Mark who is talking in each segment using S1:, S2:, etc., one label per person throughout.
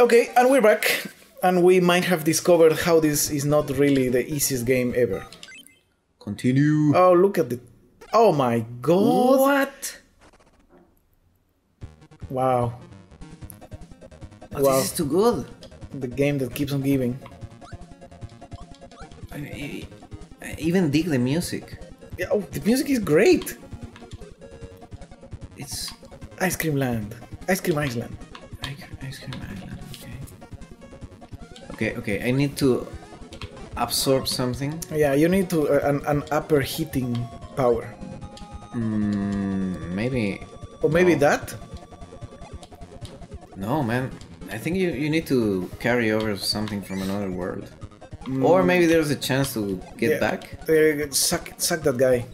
S1: Okay, and we're back, and we might have discovered how this is not really the easiest game ever.
S2: Continue.
S1: Oh, look at the. Oh my god!
S2: what?
S1: Wow,
S2: But
S1: Wow.
S2: This is too good.
S1: the game that keeps on giving.
S2: I- I- I even dig the music.
S1: Yeah, oh, the music is great!
S2: It's
S1: Ice Cream Land. Ice Cream Island.
S2: Ice Ice Cream Island. Okay. Okay. Okay. I need to absorb something.
S1: Yeah, you need to uh, an, an upper heating power.
S2: Mm, maybe.
S1: Or maybe
S2: No.
S1: that?
S2: No, man. I think you, you need to carry over something from another world. Or maybe there's a chance to get
S1: Mm. Yeah.
S2: back.
S1: Uh, suck, suck that guy.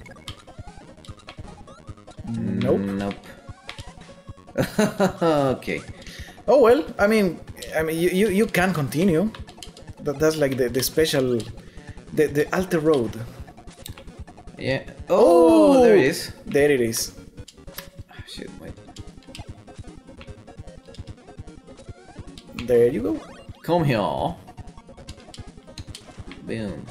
S1: Nope.
S2: Nope. okay.
S1: Oh well, I mean, I mean, you, you, you can continue. That, that's like the, the special, the, the alter road.
S2: Yeah. Oh, there it is.
S1: There it is.
S2: Ah, Shit, wait.
S1: There you go.
S2: Come here. Boom.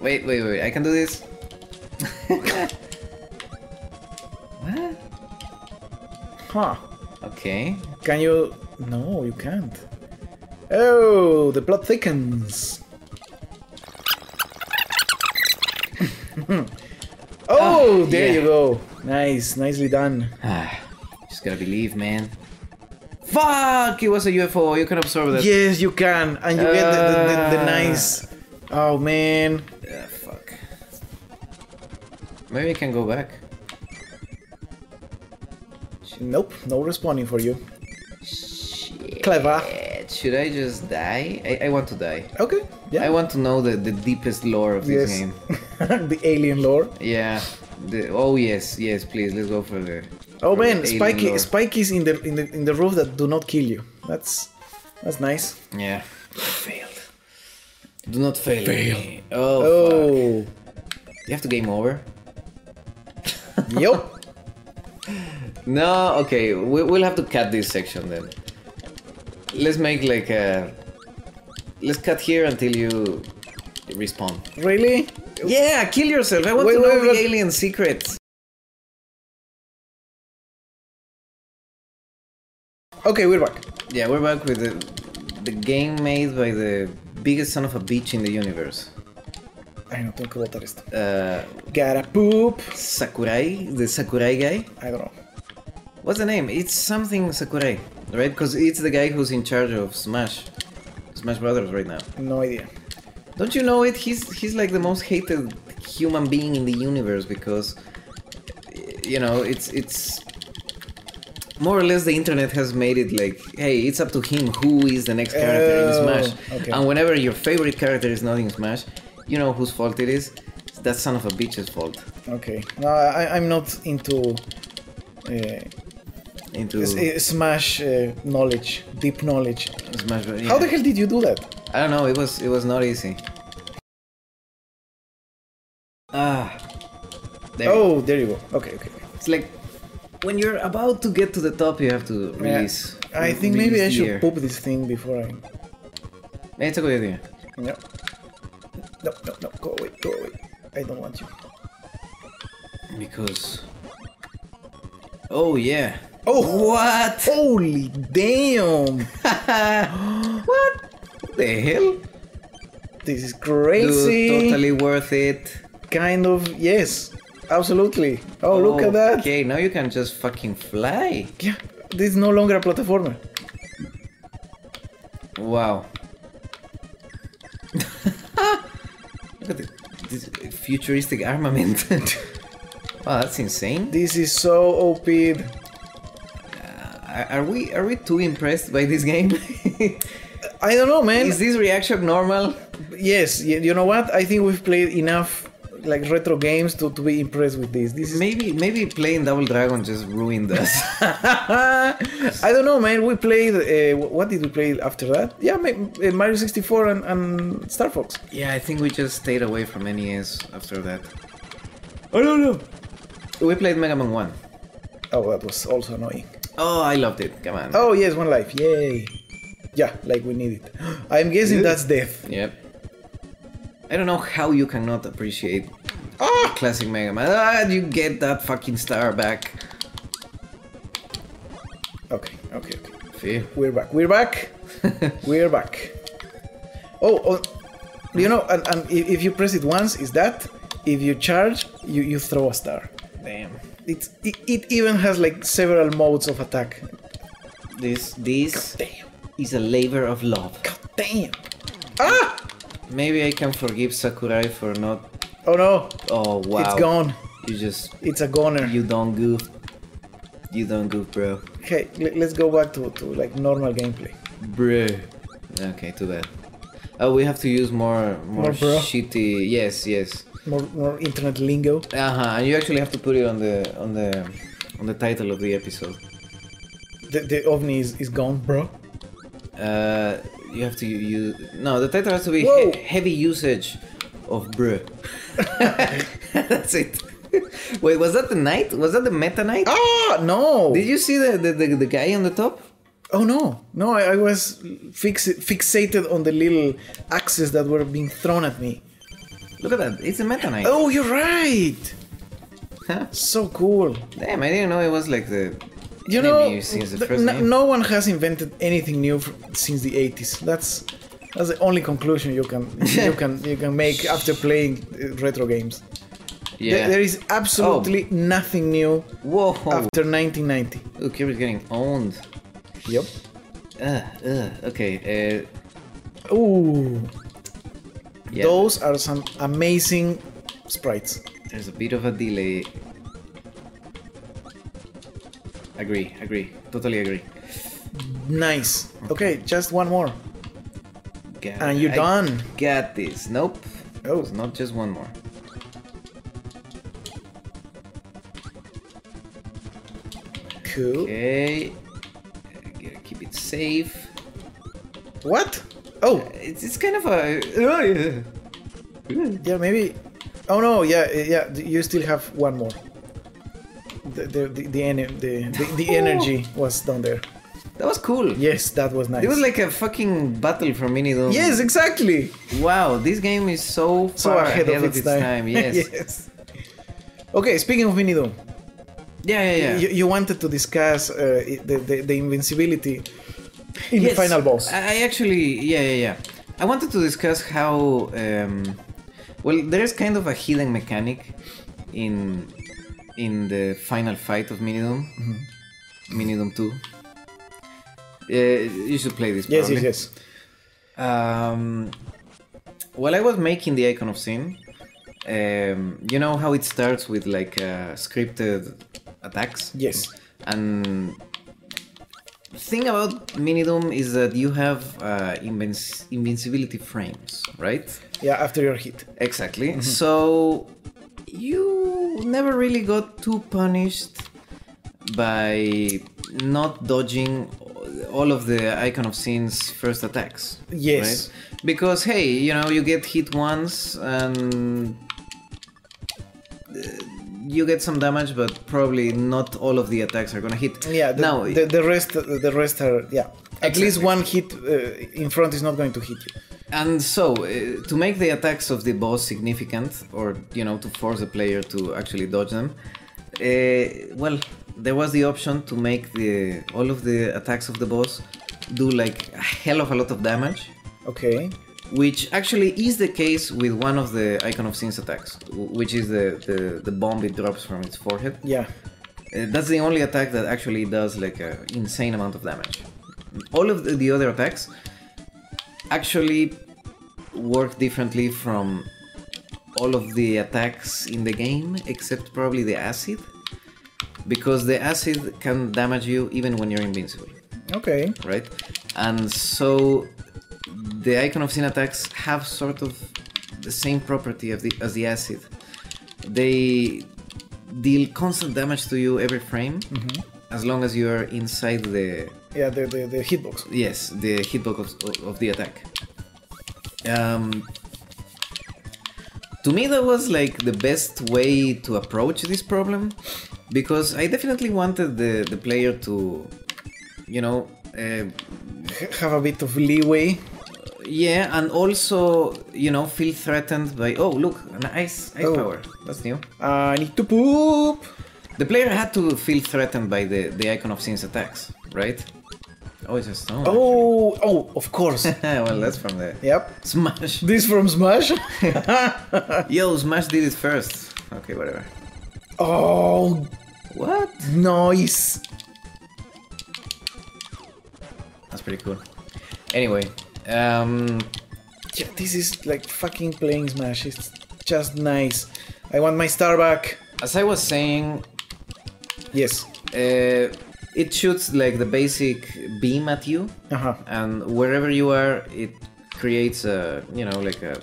S2: Wait, wait, wait. I can do this. what?
S1: Huh?
S2: Okay.
S1: Can you? No, you can't. Oh, the plot thickens. oh,
S2: Ah,
S1: there
S2: yeah.
S1: you go. Nice, nicely done.
S2: Ah, just gotta believe, man. Fuck! It was a UFO. You can absorb that.
S1: Yes, you can, and you get the, the, the, the
S2: Ah.
S1: nice. Oh man.
S2: Ah, fuck. Maybe I can go back.
S1: Nope, no responding for you.
S2: Shit.
S1: Clever.
S2: Should I just die? I, I want to die.
S1: Okay. Yeah.
S2: I want to know the, the deepest lore of this
S1: yes.
S2: game.
S1: the alien lore.
S2: Yeah. The, oh yes, yes, please. Let's go for the.
S1: Oh
S2: for the
S1: man,
S2: alien
S1: spiky
S2: lore.
S1: spikies in the in the in the roof that do not kill you. That's that's nice.
S2: yeah. Failed. Do not fail. Fail. Oh. fuck.
S1: Oh,
S2: You have to game over.
S1: yep.
S2: No, okay, we, we'll have to cut this section then. Let's make like a. Let's cut here until you respawn.
S1: Really?
S2: Yeah, kill yourself. I want
S1: Wait,
S2: to know
S1: wait,
S2: the
S1: but-
S2: alien secrets.
S1: Okay, we're back.
S2: Yeah, we're back with the, the game made by the biggest son of a bitch in the universe.
S1: I don't think about that.
S2: Uh,
S1: Gotta poop.
S2: Sakurai, the Sakurai guy.
S1: I don't know.
S2: What's the name? It's something Sakurai, right? Because it's the guy who's in charge of Smash, Smash Brothers right now.
S1: No idea.
S2: Don't you know it? He's he's like the most hated human being in the universe because you know it's it's more or less the internet has made it like hey it's up to him who is the next character in
S1: Oh,
S2: Smash
S1: okay.
S2: and whenever your favorite character is not in Smash you know whose fault it is it's that son of a bitch's fault
S1: Okay. No, I, I'm not into uh,
S2: into
S1: s- uh, smash uh, knowledge, deep knowledge.
S2: Smash Bros.
S1: How
S2: Yeah.
S1: the hell did you do that?
S2: I don't know. It was it was not easy. Ah, there.
S1: Oh, there you go. Okay, okay.
S2: It's like when you're about to get to the top, you have to release.
S1: Yeah. I think
S2: release
S1: maybe I
S2: the
S1: should
S2: air.
S1: poop this thing before I.
S2: It's a good idea.
S1: No. No, no, no. Go away, go away. I don't want you.
S2: Because. Oh yeah.
S1: Oh.
S2: What?
S1: Holy damn!
S2: what? What the hell?
S1: This is
S2: Dude,
S1: crazy.
S2: totally worth it.
S1: Kind of yes, absolutely. Oh, look at that.
S2: Okay, now you can just fucking fly.
S1: Yeah, this is no longer a platformer.
S2: Wow. Look at the, this futuristic armament. wow, that's insane.
S1: This is so OP.
S2: Are, are we are we too impressed by this game?
S1: I don't know, man.
S2: Is this reaction normal?
S1: Yes, y- you know what? I think we've played enough like retro games to, to be impressed with this. This is
S2: Maybe maybe playing Double Dragon just ruined us.
S1: I don't know, man. We played. Uh, wh- what did we play after that? Yeah, ma- uh, Mario 64 and, and Star Fox.
S2: yeah, I think we just stayed away from NES after that.
S1: I don't know.
S2: We played Mega Man One.
S1: Oh, that was also annoying.
S2: Oh, I loved it. Come on.
S1: Oh yes, one life. Yay. Yeah, like we need it. I'm guessing that's death.
S2: Yep. I don't know how you cannot appreciate
S1: Ah!
S2: classic Mega Man. Ah, you get that fucking star back.
S1: Okay, okay, okay.
S2: Phew.
S1: We're back. We're back. We're back. Oh, oh you know, and, and i- if you press it once, is that? If you charge, you, you throw a star.
S2: Damn.
S1: It's, it, it even has like several modes of attack.
S2: This this
S1: Damn.
S2: is a labor of love.
S1: God damn. Ah!
S2: Maybe I can forgive Sakurai for not.
S1: Oh no.
S2: Oh wow.
S1: It's gone.
S2: You just
S1: It's a goner.
S2: you don't goof. You don't goof, bro.
S1: Okay, le- let's go back to, to like normal gameplay.
S2: Bruh. Okay, too bad. Oh, we have to use more more,
S1: More bro?
S2: shitty. Yes, yes.
S1: More, more internet lingo.
S2: Uh huh. And you actually have to put it on the on the on the title of the episode.
S1: The, the ovni is, is gone, bro.
S2: Uh, you have to use no. The title has to be
S1: Whoa.
S2: he- heavy usage of bruh. That's it. Wait, was that the knight? Was that the meta knight?
S1: Ah, no.
S2: Did you see the the, the, the guy on the top?
S1: Oh no, no! I, I was fix, fixated on the little axes that were being thrown at me.
S2: Look at that. It's a meta knight.
S1: Oh, you're right.
S2: Huh?
S1: So cool.
S2: Damn, I didn't know it was like the
S1: You
S2: enemy
S1: know,
S2: since the
S1: th-
S2: first
S1: no-
S2: name.
S1: no one has invented anything new fr since the '80s. That's that's the only conclusion you can you can you can make after playing uh, retro games.
S2: yeah. Oh.
S1: There- there is absolutely nothing new
S2: Whoa.
S1: after 1990.
S2: Look, here is getting owned.
S1: Yep.
S2: Uh, uh, okay. Uh,
S1: Ooh,
S2: yeah.
S1: those are some amazing sprites.
S2: There's a bit of a delay. Agree, agree. Totally agree.
S1: Nice. Okay, just one more.
S2: Got
S1: And
S2: it.
S1: you're
S2: I
S1: done.
S2: Got this. Nope.
S1: Oh.
S2: It's not just one more.
S1: Cool.
S2: Okay. Gotta keep it safe.
S1: What? Oh,
S2: It's, it's kind of a.
S1: yeah, maybe. Oh no, yeah, yeah. You still have one more. The the the the, ener- the, the, the
S2: Oh.
S1: energy was down there.
S2: That was cool.
S1: Yes, that was nice.
S2: It was like a fucking battle for mini Doom.
S1: yes, exactly.
S2: Wow, this game is so far
S1: So ahead, of its time.
S2: Yes.
S1: yes. Okay, speaking of Mini Doom,
S2: Yeah, yeah, yeah.
S1: you, you wanted to discuss uh, i- the, the the invincibility in the
S2: Yes,
S1: final boss.
S2: I I actually, yeah, yeah, yeah. I wanted to discuss how, um, well, there is kind of a hidden mechanic in in the final fight of Minidom,
S1: Mm-hmm.
S2: Minidom Two. Uh, you should play this.
S1: yes, yes,
S2: probably.
S1: yes.
S2: Um, while I was making the icon of sin, um, you know how it starts with like uh, scripted attacks.
S1: Yes.
S2: And thing about Minidom is that you have uh, invinci- invincibility frames, right?
S1: Yeah, after your hit.
S2: Exactly.
S1: Mm-hmm.
S2: So you never really got too punished by not dodging all of the Icon of Sin's first attacks.
S1: Yes.
S2: right? Because hey, you know, you get hit once and uh, you get some damage, but probably not all of the attacks are gonna hit.
S1: Yeah, the,
S2: now
S1: the, the rest the rest are yeah. At least one hit uh, in front is not going to hit you.
S2: And so, uh, to make the attacks of the boss significant, or you know, to force the player to actually dodge them, uh, well, there was the option to make the all of the attacks of the boss do like a hell of a lot of damage,
S1: Okay.
S2: which actually is the case with one of the Icon of Sins attacks, w- which is the the, the bomb it drops from its forehead.
S1: Yeah.
S2: Uh, that's the only attack that actually does like an insane amount of damage. All of the, the other attacks actually work differently from all of the attacks in the game, except probably the acid, because the acid can damage you even when you're invincible,
S1: Okay.
S2: right? And so the Icon of Sin attacks have sort of the same property of the, as the acid. They deal constant damage to you every frame, as long as you are inside the
S1: Yeah, the the, the hitbox.
S2: yes the hitbox of, of the attack. Um, to to me that was like the best way to approach this problem because i definitely wanted the, the player to you know uh,
S1: H- have a bit of leeway.
S2: yeah and also you know feel threatened by oh look an ice ice
S1: Oh.
S2: power that's new
S1: I Uh, need to poop.
S2: the player had to feel threatened by the the icon of sin's attacks right oh it's a stone
S1: Oh, oh, of course.
S2: actually. well that's from the
S1: yep.
S2: smash
S1: This from Smash.
S2: yo smash did it first okay whatever
S1: oh,
S2: what
S1: nice.
S2: That's pretty cool. Anyway, um,
S1: Yeah, this is like fucking playing Smash. It's just nice. I want my star back.
S2: as I was saying,
S1: Yes.
S2: uh, it shoots like the basic beam at you,
S1: Uh huh.
S2: and wherever you are, it creates a you know like a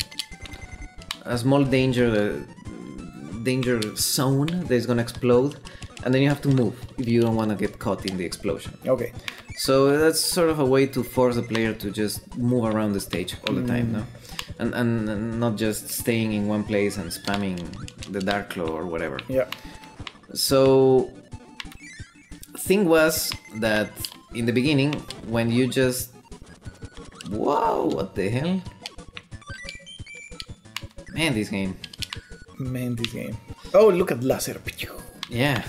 S2: a small danger uh, danger zone that is gonna explode, and then you have to move if you don't want to get caught in the explosion.
S1: Okay.
S2: So that's sort of a way to force the player to just move around the stage all the time, no? And, and, and not just staying in one place and spamming the Dark Claw or whatever.
S1: Yeah.
S2: So, thing was that in the beginning, when you just. Whoa, what the hell? Man, this game.
S1: Man, this game. Oh, look at laser.
S2: Yeah.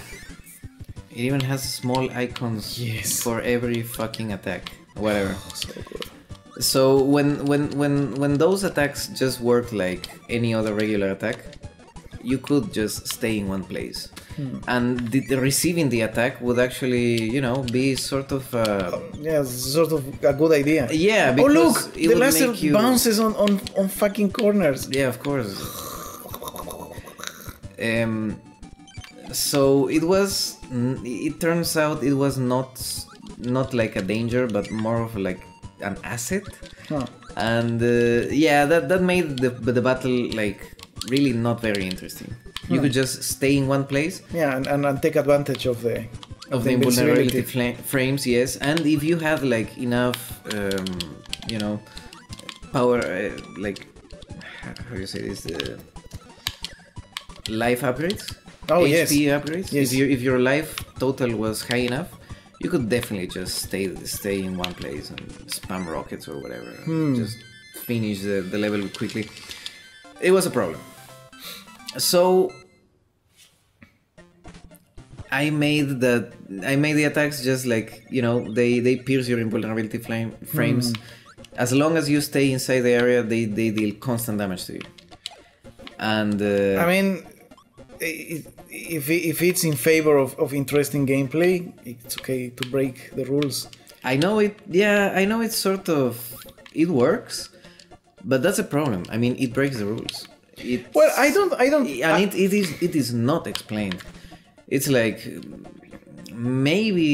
S2: It even has small icons
S1: Yes.
S2: for every fucking attack. Whatever.
S1: So good.
S2: So when when when when those attacks just worked like any other regular attack, you could just stay in one place, and the, the receiving the attack would actually you know be sort of uh,
S1: Yeah, it's sort of a good idea.
S2: yeah.
S1: oh
S2: Because
S1: look,
S2: it
S1: the
S2: would
S1: laser
S2: make you,
S1: bounces on, on on fucking corners.
S2: Yeah, of course. Um, so it was. n- It turns out it was not not like a danger, but more of like an asset.
S1: Huh.
S2: and uh, yeah that, that made the, the battle like really not very interesting you could just stay in one place
S1: Yeah, and, and, and take advantage of the
S2: of the invulnerability fla- frames yes and if you had like enough um, you know power uh, like how do you say this uh, life upgrades
S1: Oh,
S2: HP
S1: yes.
S2: upgrades
S1: Yes.
S2: if, you, if your life total was high enough you could definitely just stay stay in one place and spam rockets or whatever
S1: Hmm.
S2: and just finish the, the level quickly it was a problem so I made the I made the attacks just like you know they they pierce your invulnerability flame, frames. As long as you stay inside the area, they they deal constant damage to you. And uh,
S1: I mean, i- i- if i- if it's in favor of, of interesting gameplay, it's okay to break the rules.
S2: I know it. Yeah, I know it's sort of it works, but that's a problem. I mean, it breaks the rules. It
S1: Well, I don't, I don't.
S2: and it, it is it is not explained. It's like maybe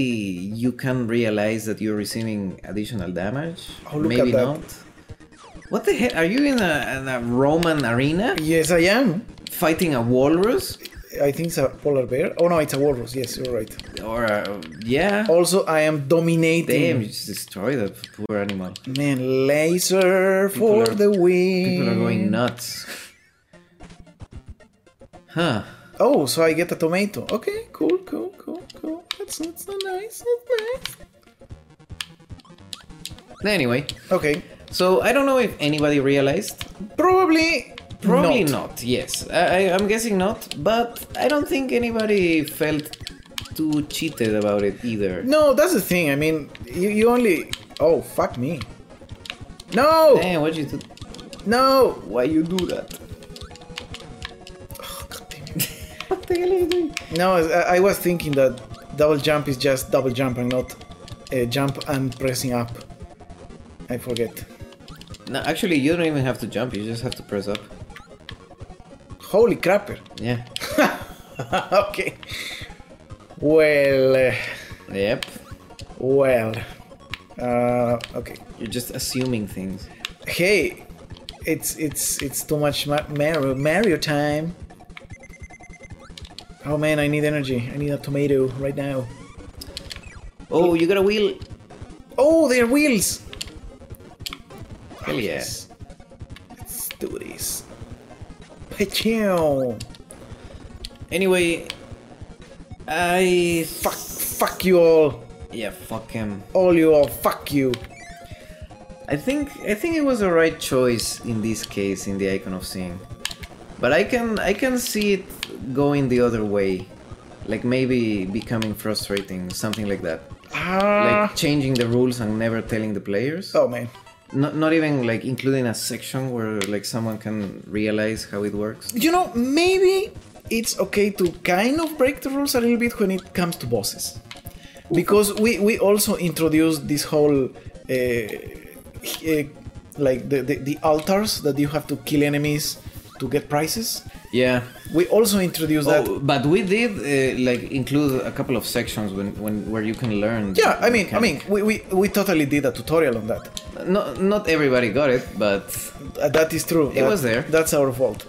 S2: you can realize that you're receiving additional damage.
S1: Oh, look
S2: maybe
S1: at that.
S2: not. What the hell? Are you in a, in a Roman arena
S1: yes, I am.
S2: fighting a walrus
S1: I think it's a polar bear. Oh no, it's a walrus. Yes, you're right.
S2: or a, yeah?
S1: Also, I am dominating.
S2: Damn, you just destroy that poor animal.
S1: Man, laser for
S2: are-
S1: the win.
S2: People are going nuts. Huh.
S1: Oh, so I get a tomato. Okay, cool, cool, cool, cool. That's that's not nice. That's nice.
S2: Anyway,
S1: Okay,
S2: so I don't know if anybody realized
S1: probably,
S2: Probably not. yes. I, I, I'm guessing not, but I don't think anybody felt too cheated about it either.
S1: No, that's the thing. I mean, you, you only. Oh, fuck me. No!
S2: Damn, what you do?
S1: No!
S2: Why you do that?
S1: Oh, God damn it.
S2: What the hell are you doing?
S1: No, I, I was thinking that double jump is just double jump and not uh, jump and pressing up. I forget.
S2: No, actually, you don't even have to jump. You just have to press up.
S1: Holy crapper.
S2: Yeah.
S1: okay. Well, uh,
S2: Yep.
S1: well. Uh, okay.
S2: You're just assuming things.
S1: Hey, it's it's it's too much Ma- Mario Mario time. Oh man, I need energy. I need a tomato right now.
S2: Oh, you got a wheel.
S1: Oh, they're wheels.
S2: Hell yeah.
S1: Let's do this. Hechow.
S2: Anyway, I
S1: Fuck, fuck you all.
S2: yeah, fuck him.
S1: All you all, fuck you.
S2: I think I think it was the right choice in this case in the icon of seeing, but I can I can see it going the other way, like maybe becoming frustrating, something like that,
S1: Ah.
S2: like changing the rules and never telling the players.
S1: oh man.
S2: Not, not even like including a section where like someone can realize how it works.
S1: You know, maybe it's okay to kind of break the rules a little bit when it comes to bosses. Because we, we also introduced this whole. Uh, uh, like the, the, the altars that you have to kill enemies to get prizes.
S2: Yeah.
S1: We also introduced that.
S2: Oh, but we did uh, like include a couple of sections when, when where you can learn.
S1: Yeah, I mean, I
S2: mechanic.
S1: mean, we, we, we totally did a tutorial on that.
S2: not not everybody got it, but
S1: Uh, that is true.
S2: It
S1: That-
S2: was there.
S1: That's our fault.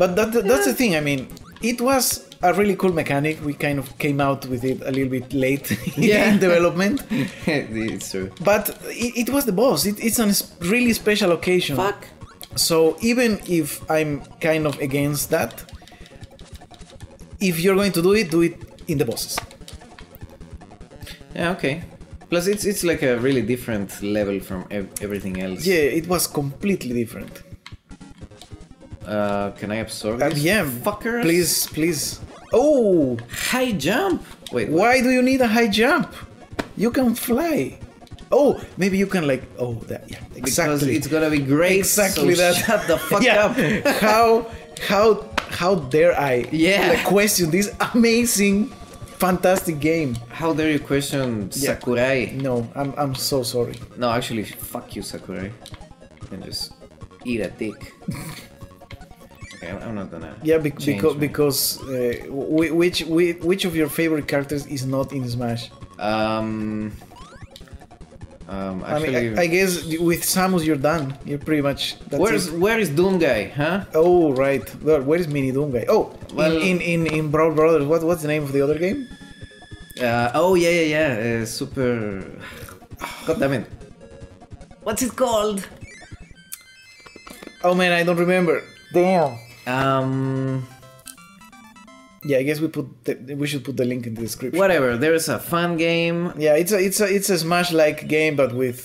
S1: But that, that's the thing. I mean, it was a really cool mechanic. We kind of came out with it a little bit late
S2: Yeah.
S1: in development.
S2: it's true.
S1: But it, it was the boss. It, it's a really special occasion. So even if I'm kind of against that, if you're going to do it, do it in the bosses.
S2: Yeah, okay. Plus, it's it's like a really different level from ev- everything else.
S1: Yeah, it was completely different.
S2: Uh, can I absorb
S1: And
S2: this?
S1: yeah,
S2: fuckers.
S1: Please, please. Oh,
S2: High jump. Wait. What?
S1: Why do you need a high jump? You can fly. Oh, maybe you can like. Oh, that yeah,
S2: Because
S1: exactly.
S2: it's gonna be great.
S1: exactly
S2: so
S1: that.
S2: Shut the fuck
S1: Yeah.
S2: up.
S1: how how how dare I?
S2: Yeah.
S1: Like, question this amazing, fantastic game.
S2: How dare you question
S1: Yeah.
S2: Sakurai?
S1: No, I'm I'm so sorry.
S2: No, actually, fuck you, Sakurai. And just eat a dick. okay, I'm, I'm not gonna.
S1: Yeah, be-
S2: change
S1: because
S2: my-
S1: because uh, wh- which whi- which of your favorite characters is not in Smash?
S2: Um. Um. Actually,
S1: I mean, I, I guess with Samus you're done. You're pretty much. That's it.
S2: where's where is Doom guy? Huh?
S1: Oh right. Well, where is Mini Doom guy? Oh,
S2: Well-
S1: in, in in in Brawl Brothers. What what's the name of the other game?
S2: Uh, oh yeah yeah yeah. Uh, super. God damn it. What's it called?
S1: Oh man, I don't remember. Damn.
S2: Um.
S1: Yeah, I guess we put the, we should put the link in the description.
S2: Whatever. There's a fun game.
S1: Yeah, it's a it's a it's a Smash like game, but with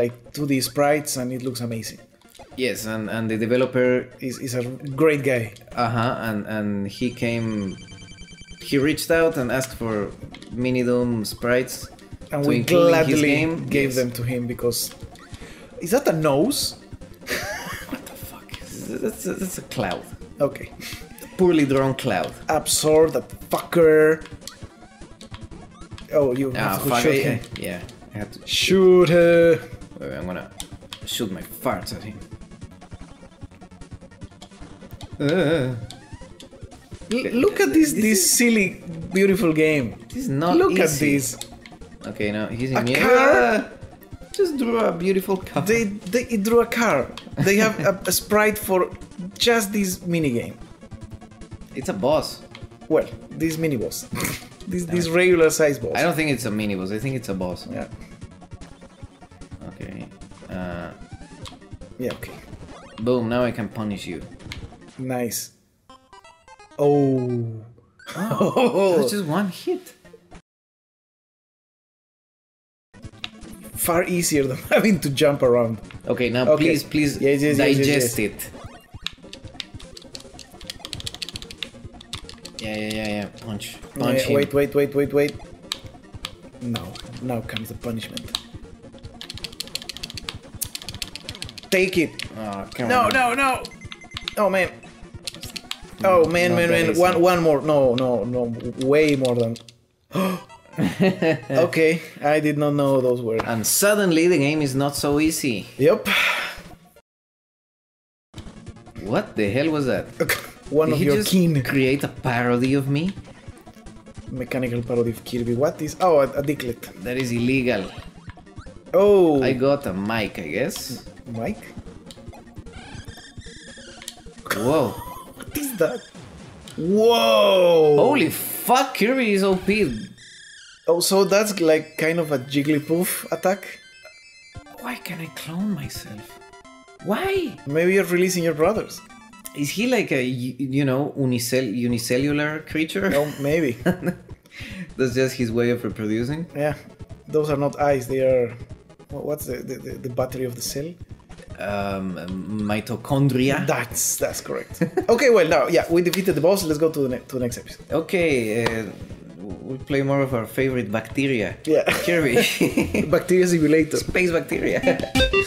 S1: like 2D sprites, and it looks amazing.
S2: Yes, and and the developer.
S1: He's, he's a great guy.
S2: Uh huh. And and he came. He reached out and asked for mini Doom sprites.
S1: and
S2: to
S1: we
S2: include in his
S1: gladly
S2: game.
S1: gave
S2: Yes.
S1: them to him because is that a nose?
S2: Fuck. That's a, that's a cloud.
S1: Okay,
S2: Poorly drawn cloud.
S1: absorb that fucker. Oh, you
S2: Ah,
S1: have to
S2: fuck.
S1: shoot
S2: I-
S1: him.
S2: I- yeah, I had to
S1: Shoot her.
S2: Wait, I'm gonna shoot my farts at him. Uh,
S1: L- look at this
S2: This
S1: this, silly beautiful game.
S2: this is not
S1: look at
S2: easy.
S1: this.
S2: okay, now he's in
S1: A
S2: here. Ah,
S1: car?
S2: Just drew a beautiful car.
S1: They they it drew a car. They have a, a sprite for just this mini game.
S2: It's a boss.
S1: Well, this mini boss. this this regular size boss.
S2: I don't think it's a mini boss. I think it's a boss.
S1: yeah.
S2: Okay. Uh,
S1: Yeah, okay.
S2: boom! Now I can punish you.
S1: Nice. Oh.
S2: That's just one hit.
S1: Far easier than having to jump around.
S2: Okay, now
S1: Okay.
S2: please, please
S1: Yes, yes, yes, yes,
S2: digest it. Yeah, yeah, yeah, yeah. Punch, punch
S1: Wait,
S2: him.
S1: wait, wait, wait, wait, wait. No. Now comes the punishment. Take it.
S2: Oh, come
S1: No,
S2: on.
S1: no, no. Oh man. Oh man,
S2: Not
S1: man,
S2: that
S1: man.
S2: easy.
S1: One, one more. No, no, no. Way more than. okay, I did not know those were.
S2: And suddenly the game is not so easy.
S1: Yep.
S2: What the hell was that?
S1: One
S2: Did
S1: of
S2: he
S1: your
S2: just
S1: keen
S2: create a parody of me?
S1: mechanical parody of Kirby. What is? Oh, a, a dicklet.
S2: That is illegal.
S1: Oh,
S2: I got a mic, I guess.
S1: Mike.
S2: Whoa.
S1: What is that? Whoa!
S2: Holy fuck, Kirby is OP.
S1: Oh, so that's like kind of a Jigglypuff attack.
S2: Why can I clone myself? Why?
S1: Maybe you're releasing your brothers.
S2: Is he like a y- you know unicell- unicellular creature?
S1: No, Oh, maybe.
S2: That's just his way of reproducing.
S1: yeah, those are not eyes. They are. wha- What's the the, the, the battery of the cell?
S2: Um, mitochondria.
S1: That's that's correct. okay, well now yeah, we defeated the boss. Let's go to the ne- to the next episode.
S2: Okay, uh, we'll play more of our favorite bacteria.
S1: Yeah.
S2: Kirby.
S1: Bacteria simulator.
S2: Space bacteria.